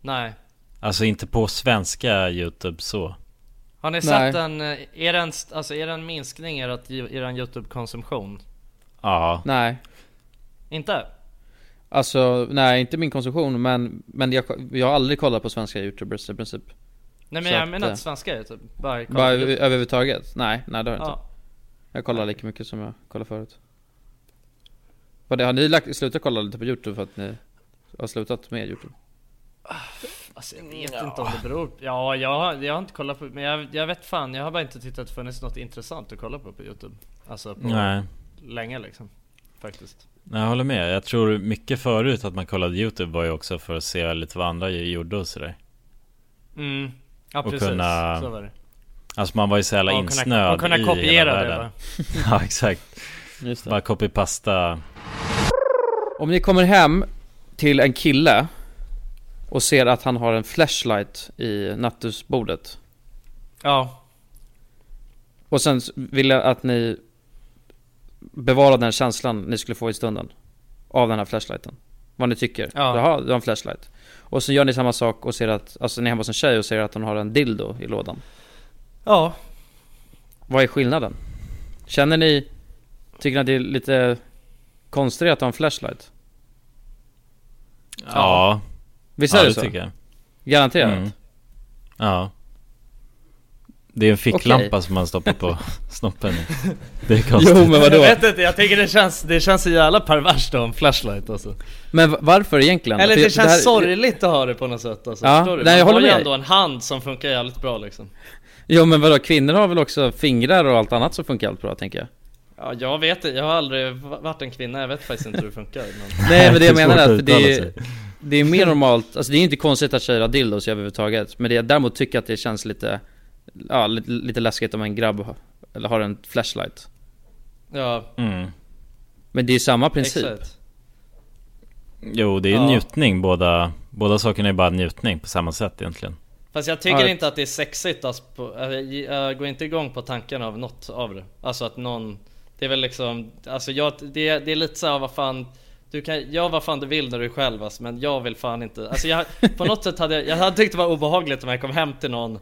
Nej. Alltså inte på svenska YouTube så. Har ni sett en, eh, är det en, st- alltså är det en minskning i ert- i er Youtube-konsumtion? Ja. Nej. Inte? Alltså, nej inte min konsumtion men, men jag, jag har aldrig kollat på svenska youtubers i princip. Nej men Så jag att, menar eh, att svenska Youtube bara kollar på Bara över, Youtube. överhuvudtaget? Nej, nej det har jag inte. Ja. Jag kollar lika mycket som jag kollade förut. Vad det, har ni lagt, slutat kolla lite på youtube för att ni har slutat med youtube? Alltså, jag vet inte om det beror på... Ja, jag, har- jag har inte kollat på... Men jag, jag vet fan, jag har bara inte tyckt att det funnits något intressant att kolla på på Youtube. Alltså på Nej. länge liksom. Faktiskt. Nej, jag håller med. Jag tror mycket förut att man kollade YouTube var ju också för att se lite vad andra gjorde och sådär. Mm. Ja och precis, kunna... så var det. Alltså man var ju så jävla Ja, och kunna- insnöad och kunna i kopiera hela det, världen. va? ja exakt. Bara copy-pasta. Om ni kommer hem till en kille och ser att han har en flashlight i nattduksbordet Ja. och sen s- vill jag att ni bevarar den känslan ni skulle få i stunden av den här flashlighten. Vad ni tycker. Ja. Jaha, du har en flashlight. Och så gör ni samma sak och ser att, alltså ni är hemma hos en tjej och ser att hon har en dildo i lådan. Ja. Vad är skillnaden? Känner ni, tycker ni att det är lite konstigt att ha en flashlight? Ja. ja. Visst är det, det så? tycker jag. Garanterat? Mm. Ja. Det är en ficklampa som man stoppar på snoppen. Det är konstigt. Jag vet inte, jag tycker det känns, det känns så jävla perverst att ha en flashlight alltså. Men v- varför egentligen? Eller För det jag- känns här- sorgligt att ha det på något sätt alltså, Ja, förstår du? nej, jag Man håller har ju med. ändå en hand som funkar jävligt bra liksom. Jo men vadå, kvinnor har väl också fingrar och allt annat som funkar allt bra tänker jag Ja, jag vet det. Jag har aldrig v- varit en kvinna, jag vet faktiskt inte hur det funkar. Men... Nej men det jag menar är att svårt att det uttala är, sig. det är mer normalt, alltså det är inte konstigt att tjejer har dildos överhuvudtaget Men det jag däremot tycker att det känns lite, ja lite, lite läskigt om en grabb har- eller har en flashlight Ja, Mm. Men det är ju samma princip exakt. Jo, det är Ja. njutning båda. Båda sakerna är bara njutning på samma sätt egentligen. Fast jag tycker Ja. inte att det är sexigt alltså, på, äh, jag, jag går inte igång på tanken av något av det. Alltså att någon, det är väl liksom, alltså jag, det, det är lite såhär vad fan du kan, gör vad fan du vill när du är själv alltså, men jag vill fan inte. Alltså jag, på något sätt hade jag, jag hade tyckt det var obehagligt om jag kom hem till någon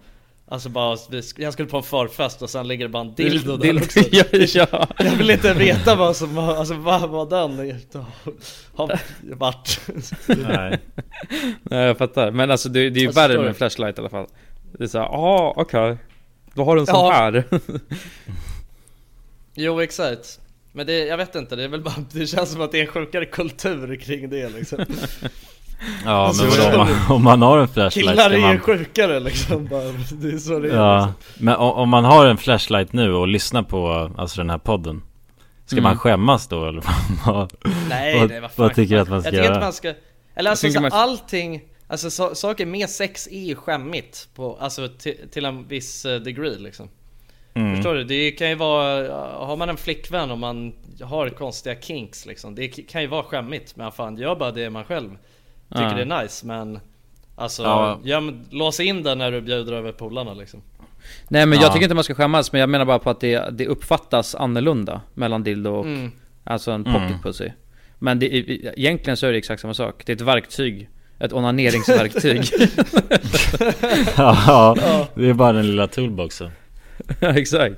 Alltså bara, vi sk- jag skulle på en förfest och sen ligger det bara en dildo där Dildo, också ja, ja. Jag vill inte veta vad som, har- alltså vad, vad den har- har varit Nej. Nej jag fattar, men alltså det, det är ju Jag förstår värre med det. en flashlight i alla fall Det är såhär, ah okej, då har du en sån Ja. här Jo exakt Men det, jag vet inte, det är väl bara, det känns som att det är en sjukare kultur kring det liksom Ja, men Så är vadå, det. om, man, om man har en flashlight Alltså, Killar ska är man... ju sjukare liksom bara, det är så det är liksom. Ja, men o- om man har en flashlight nu och lyssnar på alltså den här podden Ska Mm. man skämmas då eller? vad- vad, Nej vad, nej vad fan vad tycker du att man ska Jag tycker göra? inte man ska, eller alltså tycker så man- allting Alltså so, saker med sex är ju skämmigt på, alltså till, till en viss eh, degree liksom Mm. Förstår du? Det kan ju vara, har man en flickvän och man har konstiga kinks liksom Det kan ju vara skämmigt men fan gör bara det man själv tycker Ja. det är nice men Alltså, Ja. göm, lås in den när du bjuder över polarna liksom Nej men Ja. jag tycker inte man ska skämmas, men jag menar bara på att det, det uppfattas annorlunda mellan dildo och Mm. alltså en Mm. pocket pussy. Men det, är- egentligen så är det exakt samma sak. Det är ett verktyg. Ett onaneringsverktyg. ja, det är bara den lilla toolboxen. Ja, exakt.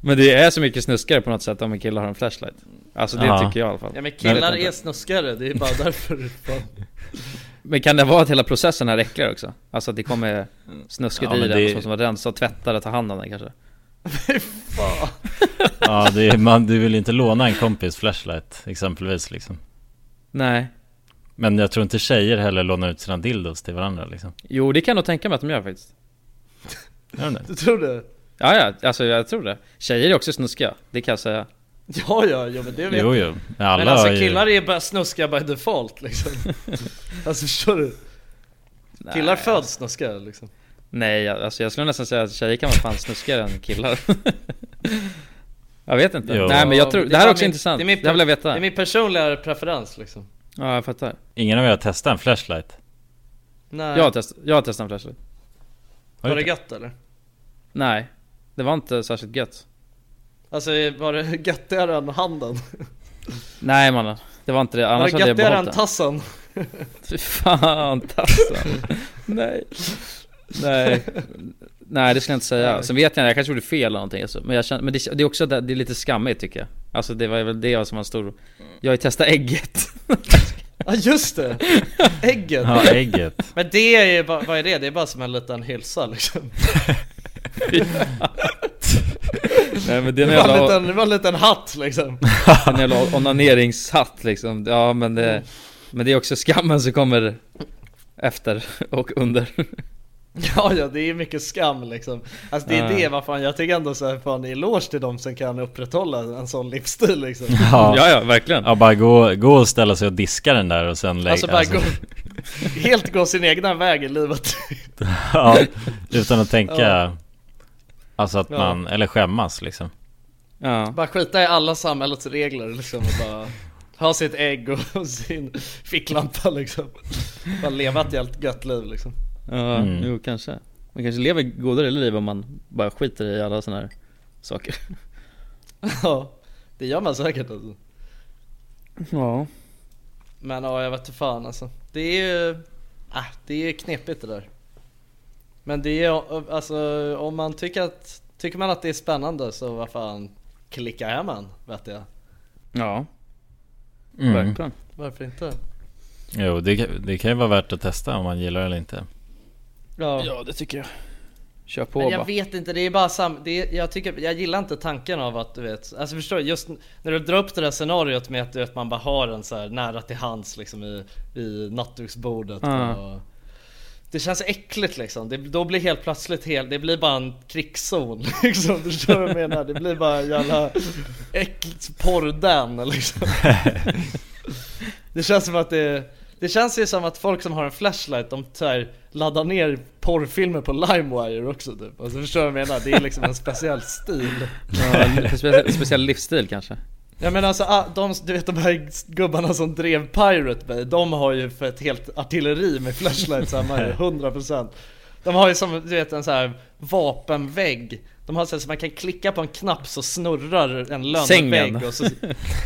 Men det är så mycket snuskare på något sätt om en kille har en flashlight. Alltså det Ja. tycker jag i alla fall. Ja men jag vet killar inte. är snuskare, det är bara därför fan. Men kan det vara att hela processen är äckligare också? Alltså att det kommer snusket Ja, i men den, det- så måste man rensa, tvätta det, ta hand om den kanske. Ja, det är, man, du vill inte låna en kompis flashlight exempelvis liksom. Nej. Men jag tror inte tjejer heller lånar ut sina dildos till varandra liksom. Jo, det kan jag nog tänka mig att de gör faktiskt. Gör de det? Du tror det? Ja, ja, alltså jag tror det. Tjejer är också snuskiga, det kan jag säga. Ja ja, ja men det vet Jo, jag. jo. Alla Men alltså har ju- killar är bara snuskiga by default liksom Alltså förstår du? Killar föds snuskare liksom Nej, jag- alltså jag skulle nästan säga att tjejer kan vara fan snuskigare än killar. jag vet inte. Jo. Nej men jag tror, är det här är bara också min- intressant. är Det, min här vill jag veta. Det är min personliga preferens liksom Ja, jag fattar. Ingen av er har testat en flashlight? Nej. Jag har, test, jag har testat en flashlight. Var det gött eller? Nej, det var inte särskilt gött. Alltså var det göttigare än handen? Nej mannen, det var inte alltså, det. Var Annars det hade göttigare jag behållit än den. tassen? Fy fan Tarzan. Nej. Nej. Nej det skulle jag inte säga. Sen vet jag jag kanske gjorde fel eller någonting. Alltså. Men, jag känner, men det, det är också det, det är lite skammigt tycker jag. Alltså det var väl det som var en stor... Jag har ju testat ägget. Ja just det! Ägget! Ja, ägget. Men det är ju bara, vad är det? Det är bara som en liten hylsa liksom Nej, men det är det, en var en jävla- liten, det var en liten hatt liksom En jävla onaneringshatt liksom. Ja men det... Men det är också skammen som kommer efter och under. Ja ja, det är mycket skam liksom Alltså det är Ja. det, vad fan jag tycker ändå så här, fan eloge till dem som kan upprätthålla en sån livsstil liksom ja, ja verkligen. Ja, bara gå, gå och ställa sig och diska den där och sen lägga... Alltså bara gå, helt gå sin egna väg i livet ja, utan att tänka... Ja. Alltså att Ja. man... Eller skämmas liksom. Ja. Bara skita i alla samhällets regler liksom och bara ha sitt ägg och, och sin ficklampa liksom. Bara leva ett helt gött liv liksom. Ja, Mm. jo kanske. Man kanske lever godare liv om man bara skiter i alla såna här saker. Ja, det gör man säkert alltså. Ja. Men ja, jag vet inte fan alltså. Det är ju, ah, det är knepigt det där. Men det är, alltså om man tycker att, tycker man att det är spännande så vad fan, klicka hem en vet jag. Ja. Mm. Verkligen. Varför inte? Jo, det, kan- det kan ju vara värt att testa om man gillar det eller inte. Ja, det tycker jag. Kör på Men jag bara. vet inte, det är bara sam... det är, jag, tycker, jag gillar inte tanken av att du vet, alltså förstår du, just n- när du drar upp det där scenariot med att du vet, man bara har den så här nära till hands liksom i, i nattduksbordet Ja. och, Det känns äckligt liksom, det, då blir helt plötsligt helt, det blir bara en krigszon liksom, du förstår vad jag menar? Det blir bara en jävla äckligt porrdan liksom Det känns som att det det känns ju som att folk som har en flashlight de så här, laddar ner porrfilmer på LimeWire också typ. Alltså förstår du vad jag menar? Det är liksom en speciell stil. Ja, för speciell, speciell livsstil kanske. Jag menar alltså, ah, de, du vet de här gubbarna som drev Pirate Bay, de har ju för ett helt artilleri med flashlights hemma ju, 100% De har ju som, du vet en så här vapenvägg De har så, här, så man kan klicka på en knapp så snurrar en Sängen. lönnvägg och så,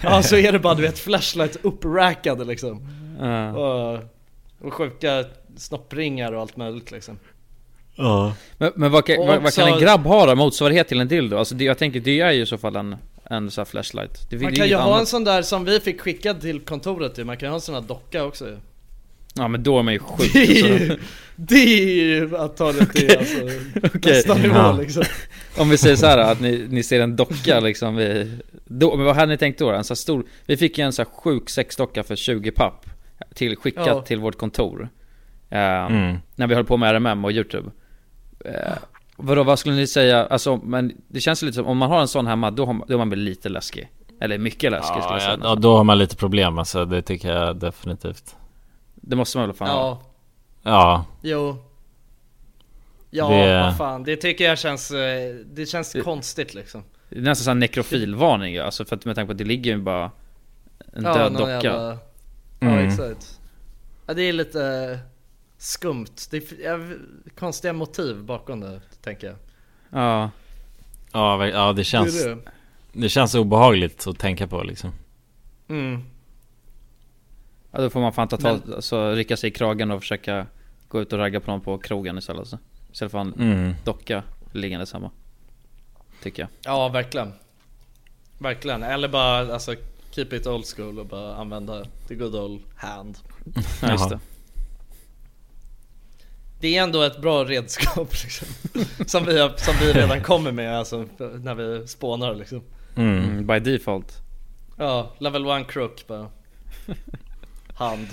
ja, så är det bara du vet flashlights upprackade liksom Ja. och, och sjuka snoppringar och allt möjligt liksom Ja. Men, men vad, kan, Och vad, vad kan också- en grabb ha då? Motsvarighet till en dildo? Alltså det, jag tänker det är ju i så fall en, en så här flashlight. Det vill Man kan ju ha en sån där som vi fick skickad till kontoret ju, man kan ju ha en sån här docka också ju Ja men då är man ju sjuk. Alltså. Det är ju- Det är ju att ta det till alltså, Okej. nästa nivå Ja. liksom Om vi säger så här att ni, ni ser en docka liksom vid, då, Men vad hade ni tänkt då? En så här stor, vi fick ju en så här sjuk sexdocka för 20 papp till, Skickat Ja. till vårt kontor eh, Mm. När vi höll på med RMM och YouTube eh, Vadå, vad skulle ni säga? Alltså, men det känns lite som om man har en sån hemma då, har man, då är man väl lite läskig? Eller mycket läskig skulle jag Ja, säga ja, då har man lite problem alltså. Det tycker jag definitivt. Det måste man väl fan Ja, Ja. jo Ja, Det- vad fan. Det tycker jag känns, eh, det känns konstigt liksom. Det är nästan sån här nekrofilvarning ju, alltså för att med tanke på att det ligger ju bara en Ja, död någon docka. Mm. jävla- Ja, exakt. Ja, det är lite eh, skumt. Det är f- ja, konstiga motiv bakom det, tänker jag. Ja. Ja, ver- ja det känns Det är det, det. känns obehagligt att tänka på liksom Mm. Ja, då får man fan ta tag, Men- alltså rycka sig i kragen och försöka gå ut och ragga på någon på krogen istället alltså. Istället för en Mm. docka liggande samma. Tycker jag. Ja, verkligen. Verkligen. Eller bara alltså, keep it old school och bara använda the good old hand. Ja, just det. Det är ändå ett bra redskap liksom. som, vi har, som vi redan kommer med alltså, när vi spånar liksom. Mm. By default. Ja, level 1 crook bara. Hand.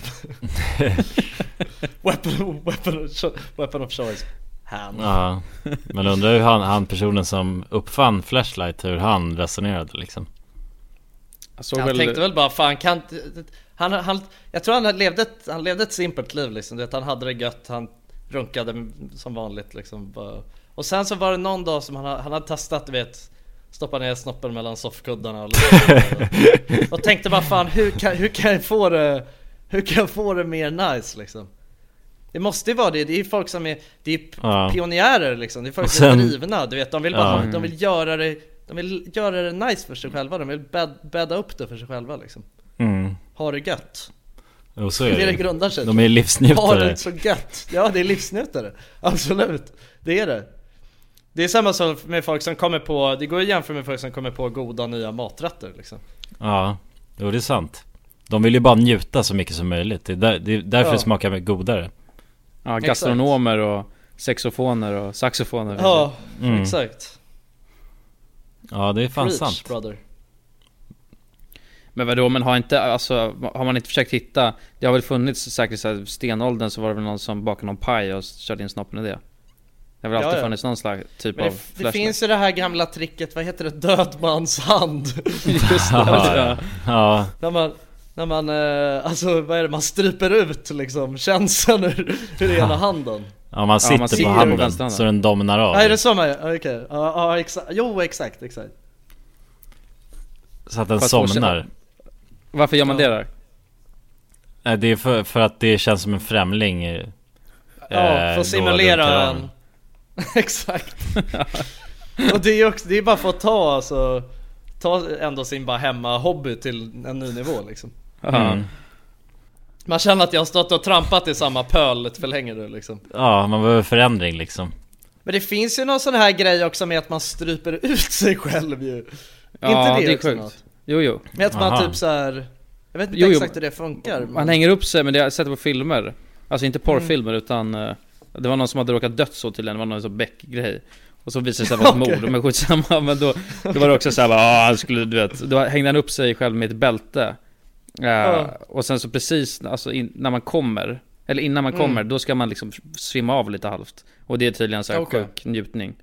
weapon, weapon, of cho- weapon of choice. Hand. Ja Men undrar hur han, han personen som uppfann Flashlight hur han resonerade liksom Jag, han tänkte väl bara fan kan inte- han, han, Jag tror han levde ett, han levde ett simpelt liv liksom. Du vet, han hade det gött, han runkade som vanligt liksom. Bara. Och sen så var det någon dag som han, ha- han hade testat du vet Stoppa ner snoppen mellan soffkuddarna och, och tänkte bara fan hur kan, hur kan jag få det Hur kan jag få det mer nice liksom? Det måste ju vara det, det är ju folk som är Det är ju p- Ja. pionjärer liksom, det är folk Och som är sen- drivna du vet de vill bara Ja. ha, de vill göra det De vill göra det nice för sig själva, de vill bäd, bädda upp det för sig själva liksom Mm. Ha det gött Jo, så är det det. det grundar sig De till. är livsnjutare. Ha det så gött! Ja det är livsnjutare, absolut! Det är det Det är samma som med folk som kommer på, det går ju att jämföra med folk som kommer på goda nya maträtter liksom Ja, jo det är sant De vill ju bara njuta så mycket som möjligt Det är, där, det är därför Ja. det smakar mycket godare Ja, gastronomer och saxofoner och saxofoner. Ja, Mm. exakt Ja det är fan Preach, sant brother Men vadå, men har inte, alltså, har man inte försökt hitta? Det har väl funnits säkert så här, stenåldern så var det väl någon som bakade någon paj och körde in snoppen i det. Det har väl Ja, alltid ja. funnits någon slags typ Men av det, det flashlight. finns ju det här gamla tricket, vad heter det? Död mans hand Just det, Ja, ja. ja. När man, när man, eh, alltså vad är det, man stryper ut liksom känslan ur, ur ena handen ja, man sitter på handen så den domnar av Ja, är det så man gör? Okej, ja, ja exakt, jo exakt, exakt Så att den Fast vår- somnar Varför gör man det där? Nej, Det är för, för att det känns som en främling eh, Ja, eh, för gå att simulera runt i en. Exakt. och det är ju också, det är bara för att ta alltså, ta ändå sin bara hemma-hobby till en ny nivå liksom. ramen. Mm. Man känner att jag har stått och trampat i samma pöl lite för länge nu liksom. Ja, man behöver förändring liksom Men det finns ju någon sån här grej också med att man stryper ut sig själv ju. Ja, inte det, det är också sjukt. något? Jo, jo. Med att man Aha. typ så här. Jag vet inte Jo, jo. exakt hur det funkar. Man hänger upp sig, men det har jag sett på filmer. Alltså inte porrfilmer Mm. utan eh, Det var någon som hade råkat dött så tydligen, det var någon sån Beck-grej. Och så visade det sig vara ett Okej. mord, men skitsamma. Men då, då var det också såhär bara, "Ah, han skulle, du vet. Då hängde han upp sig själv med ett bälte. Eh, Ja. Och sen så precis, alltså in, när man kommer, eller innan man Mm. kommer, då ska man liksom svimma av lite halvt. Och det är tydligen så här Okej. sjuk njutning.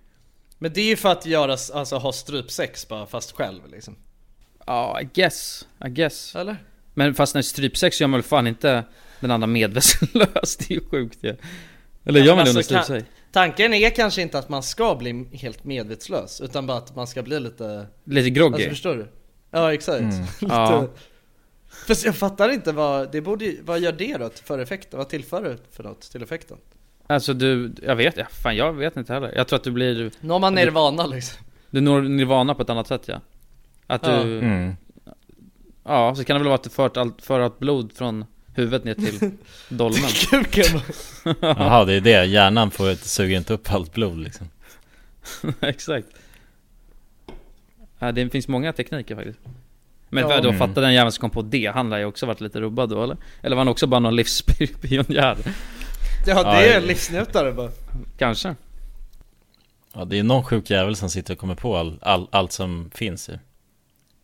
Men det är ju för att göra, s- alltså ha strypsex bara fast själv liksom. Ja, I guess, I guess. Eller? Men fast när strypsex gör man väl fan inte den andra medvetslös, det är ju sjukt ju. Eller Ja, gör men man det under alltså, kan- strypsex? Tanken är kanske inte att man ska bli helt medvetslös utan bara att man ska bli lite Lite groggy. Alltså förstår du? Ja exakt Mm. lite... Ja. Fast jag fattar inte vad, det borde ju- vad gör det då för effekten? Vad tillför det för något till effekten? Alltså du, jag vet ja, fan jag vet inte heller. Jag tror att du blir... Når man nirvana liksom? Du når nirvana på ett annat sätt ja. Att Ja. du... Mm. Ja, så kan det väl vara att du fört allt, för allt blod från huvudet ner till dolmen. Kuken! Jaha, det är det, hjärnan får, ett- suger inte upp allt blod liksom Exakt. Ja, det finns många tekniker faktiskt. Men Ja. ja. då Mm. fatta den jäveln som kom på det, han lär ju också varit lite rubbad då eller? Eller var han också bara någon livspionjär? Ja Ja, det är ja. en livsnjutare bara Kanske. Ja, det är någon sjuk jävel som sitter och kommer på all, all, allt som finns ju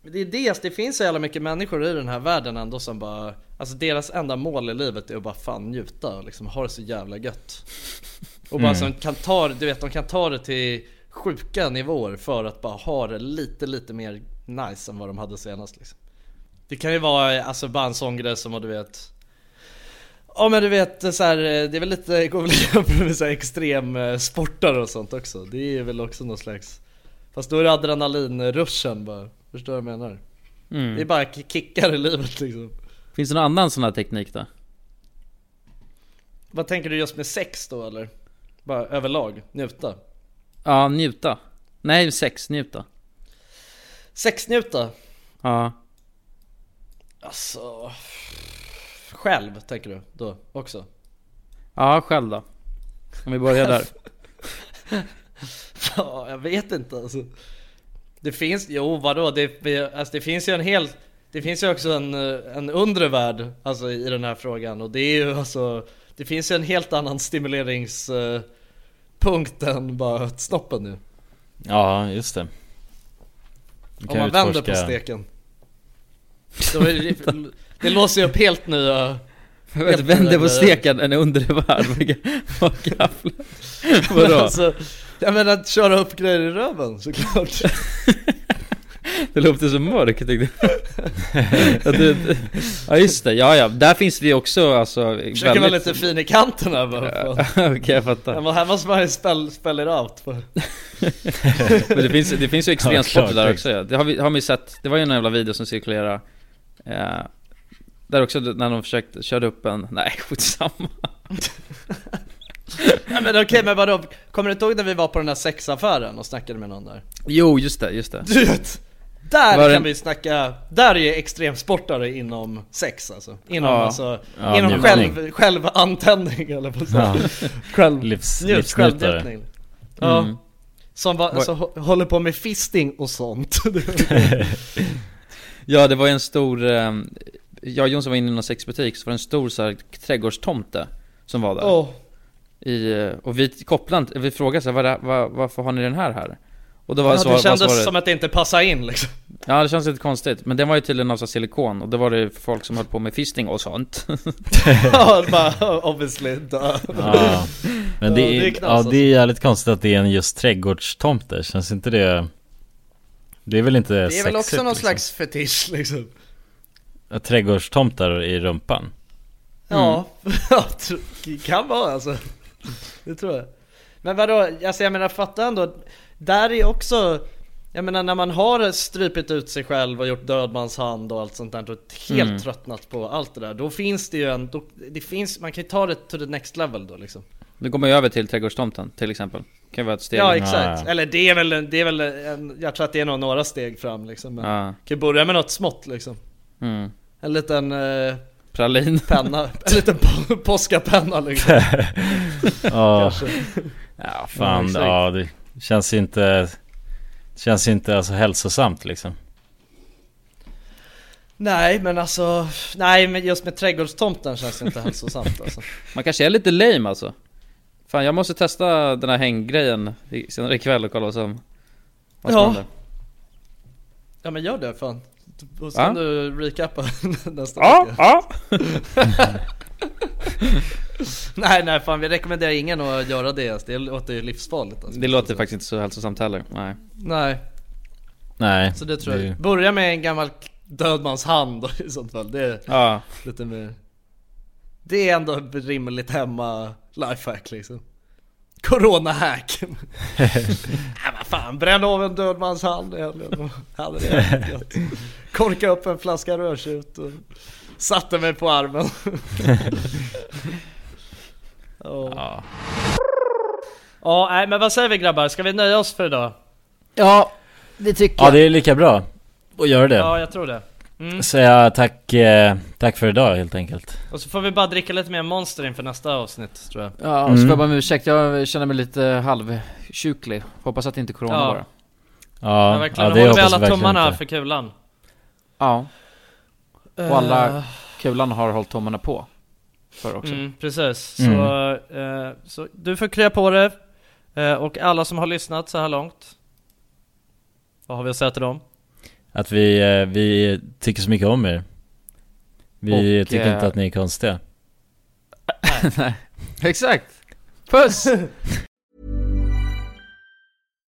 Men det är det, det finns så jävla mycket människor i den här världen ändå som bara Alltså deras enda mål i livet är att bara fan njuta och liksom ha det så jävla gött Och bara Mm. som kan ta det- du vet de kan ta det till sjuka nivåer för att bara ha det lite lite mer nice än vad de hade senast liksom Det kan ju vara alltså bara en sån grej som att du vet Ja men du vet så här, det är väl lite, går väl att jämföra med så här extrem, eh, sportare och sånt också. Det är väl också någon slags, fast då är det adrenalinruschen bara. Förstår du vad jag menar? Mm. Det är bara ki- kickar i livet liksom. Finns det någon annan sån här teknik då? Vad tänker du just med sex då eller? Bara överlag, njuta. Ja, njuta. Nej, sex, njuta. Sexnjuta? Ja. Alltså... Själv tänker du då också? Ja, själv då. Om vi börjar där. Ja, jag vet inte alltså. Det finns, jo vadå, det, vi- alltså, det finns ju en hel Det finns ju också en, eh, en undre värld alltså, i den här frågan och det är ju alltså Det finns ju en helt annan stimuleringspunkt än bara snoppen nu Ja, just det. Du Om kan man vänder utforska- på steken Då är det, det låser ju upp helt nya helt nya Vänder på grejer. steken, en undervärld. Vad gafflar. Men Vadå? alltså, jag menar att köra upp grejer i röven såklart Det låter så mörkt tyckte jag. Att du- Ja just det, ja ja. Där finns det ju också alltså Försöker vara lite fin i kanten här bara Okej jag fattar. Här måste man ju spell, spell it out bara. Men det finns, det finns ju Ja, extremsporter klart. där också ja. Det har vi, har vi sett, det var ju en jävla video som cirkulerade eh, Där också när de försökte, körde upp en, nej skitsamma Nej men okej men vadå, kommer du inte ihåg när vi var på den där sexaffären och snackade med någon där? Jo just det, just det Du vet, Där Var kan det- vi snacka, där är ju extremsportare inom sex alltså. Inom, Ja. alltså, Ja, inom njutning. själv, självantändning eller på Ja. Själv, Livs- njut- livsnjutare. självnjutning. Ja. Mm. Som va, Var- alltså, hå- håller på med fisting och sånt. Ja det var ju en stor, eh, jag och Jonsson var inne i någon sexbutik så var det en stor så här, trädgårdstomte som var där Åh. I, eh, och vi kopplade inte- vi frågade så här, "Vad är det- vad- varför har ni den här här? Och då var Ja, så, det vad kändes svarade- som att det inte passade in liksom. Ja det känns lite konstigt, men den var ju tydligen av så här silikon och då var det folk som höll på med fisting och sånt ja, bara, obviously. duh. Ja. Men det är, knas, alltså. ja, det är jävligt konstigt att det är en just trädgårdstomte. Känns inte det... Det är väl inte Det är väl också sexigt, någon liksom? slags fetisch liksom. Att Trädgårdstomtar i rumpan. Ja, ja, tr- det kan vara alltså. Det tror jag. Men vadå, alltså jag menar fatta ändå. Där är också, jag menar när man har strypit ut sig själv och gjort dödmanshand och allt sånt där och helt Mm. tröttnat på allt det där. Då finns det ju en, då, det finns, man kan ju ta det to the next level då liksom. Nu går man ju över till trädgårdstomten till exempel Kan ju vara ett steg Ja exakt, eller det är väl, en- det är väl en, jag tror att det är nog några steg fram liksom. Men Ja. kan ju börja med något smått liksom. Mm. En liten eh, Pralin penna, en liten po- påskapenna liksom. ja. Kanske. ja, fan. exakt. Ja, det känns ju inte... Känns ju inte alltså hälsosamt liksom. Nej men alltså, nej men just med trädgårdstomten känns det inte hälsosamt alltså. Man kanske är lite lame alltså Fan jag måste testa den här hänggrejen i- senare ikväll och kolla vad som Vad som Ja. händer Ja men gör det fan. Då ska Ja. du recapa nästa Ja, vecka. nej nej fan vi rekommenderar ingen att göra det alltså. det låter ju livsfarligt alltså. Det låter faktiskt inte så hälsosamt heller, nej Nej, Nej. så det tror det- jag. Börja med en gammal död mans hand i sånt fall. Det är Ja. lite mer... Det är ändå ett rimligt hemma lifehack liksom. Corona-hack. Nej vad fan, bränn av en död mans hand i helgen. Hade det jävligt gött. Korka upp en flaska rödtjut och satte mig på armen. Ja. Ja. nej men vad säger vi grabbar? Ska vi nöja oss för idag? Ja, det tycker Ja, det är lika bra att göra det. Ja, jag tror det. Mm. Säga tack, eh, tack för idag helt enkelt. Och så får vi bara dricka lite mer monster inför nästa avsnitt tror jag. Ja, och så får jag bara om ursäkt, jag känner mig lite halvkjuklig Hoppas att det inte är corona Ja. bara Ja, Ja, verkligen. ja, Då det håller vi hoppas jag alla verkligen tummarna inte. för kulan. Ja, Eh, och alla kulan har hållit tummarna på För också Mm, precis. Mm. Så, eh, så du får krya på det. Eh, och alla som har lyssnat så här långt. Vad har vi att säga till dem? Att vi, eh, vi tycker så mycket om er. Vi Och, tycker eh, inte att ni är konstiga. Exakt! Puss!